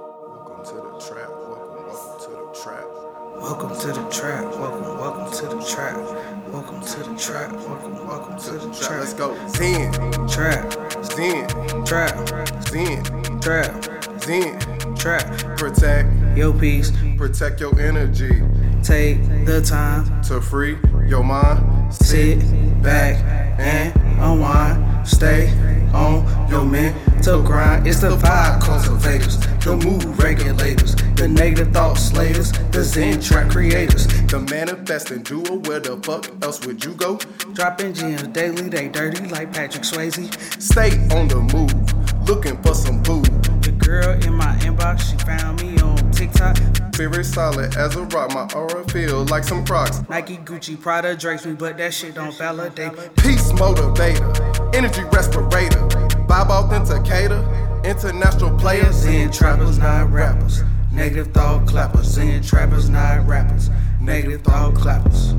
to the trap. Welcome, welcome to the trap. Welcome to the trap. Welcome, welcome to the trap. Welcome to the trap. Welcome, welcome to the Trap, trap. Let's go. Zen, Trap, Zen, trap, Zen, trap, Zen. trap. Protect, Yo, peace. protect your energy Take the time, to free your mind. sit back and unwind. Stay on your mental grind. It's the vibe cultivators, the mood regulators, the negative thought slavers, the zen track creators. The manifest and do it. Where the fuck else would you go? Dropping gems daily, they dirty like Patrick Swayze. Stay on the move, looking for some food. The girl in my inbox, she found me on TikTok. Very solid as a rock. My aura feel like some Crocs. Nike, Gucci, Prada, Drake's me, but that shit don't validate. Peace motivator, energy respirator, vibe authenticator, international player. Zen trappers, not rappers. Negative thought clappers. Zen trappers, not rappers. Negative thought clappers.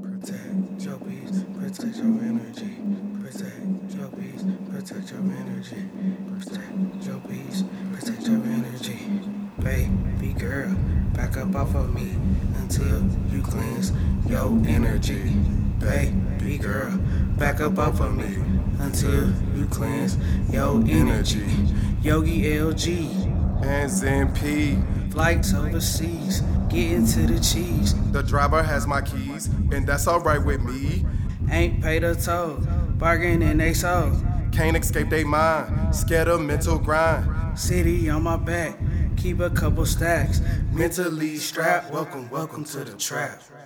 Protect your peace, protect your energy. Protect your peace, protect your energy. Protect your peace, protect your energy. Baby girl, back up off of me until you cleanse your energy. Baby girl, back up off of me until you cleanse your energy. Yogi LG, And Zen P. flights overseas, get into the cheese. The driver has my keys, and that's alright with me. Ain't paid a toll, bargain and they sold. Can't escape they mind, scared of mental grind. City on my back, keep a couple stacks. Mentally strapped, welcome, welcome to the trap.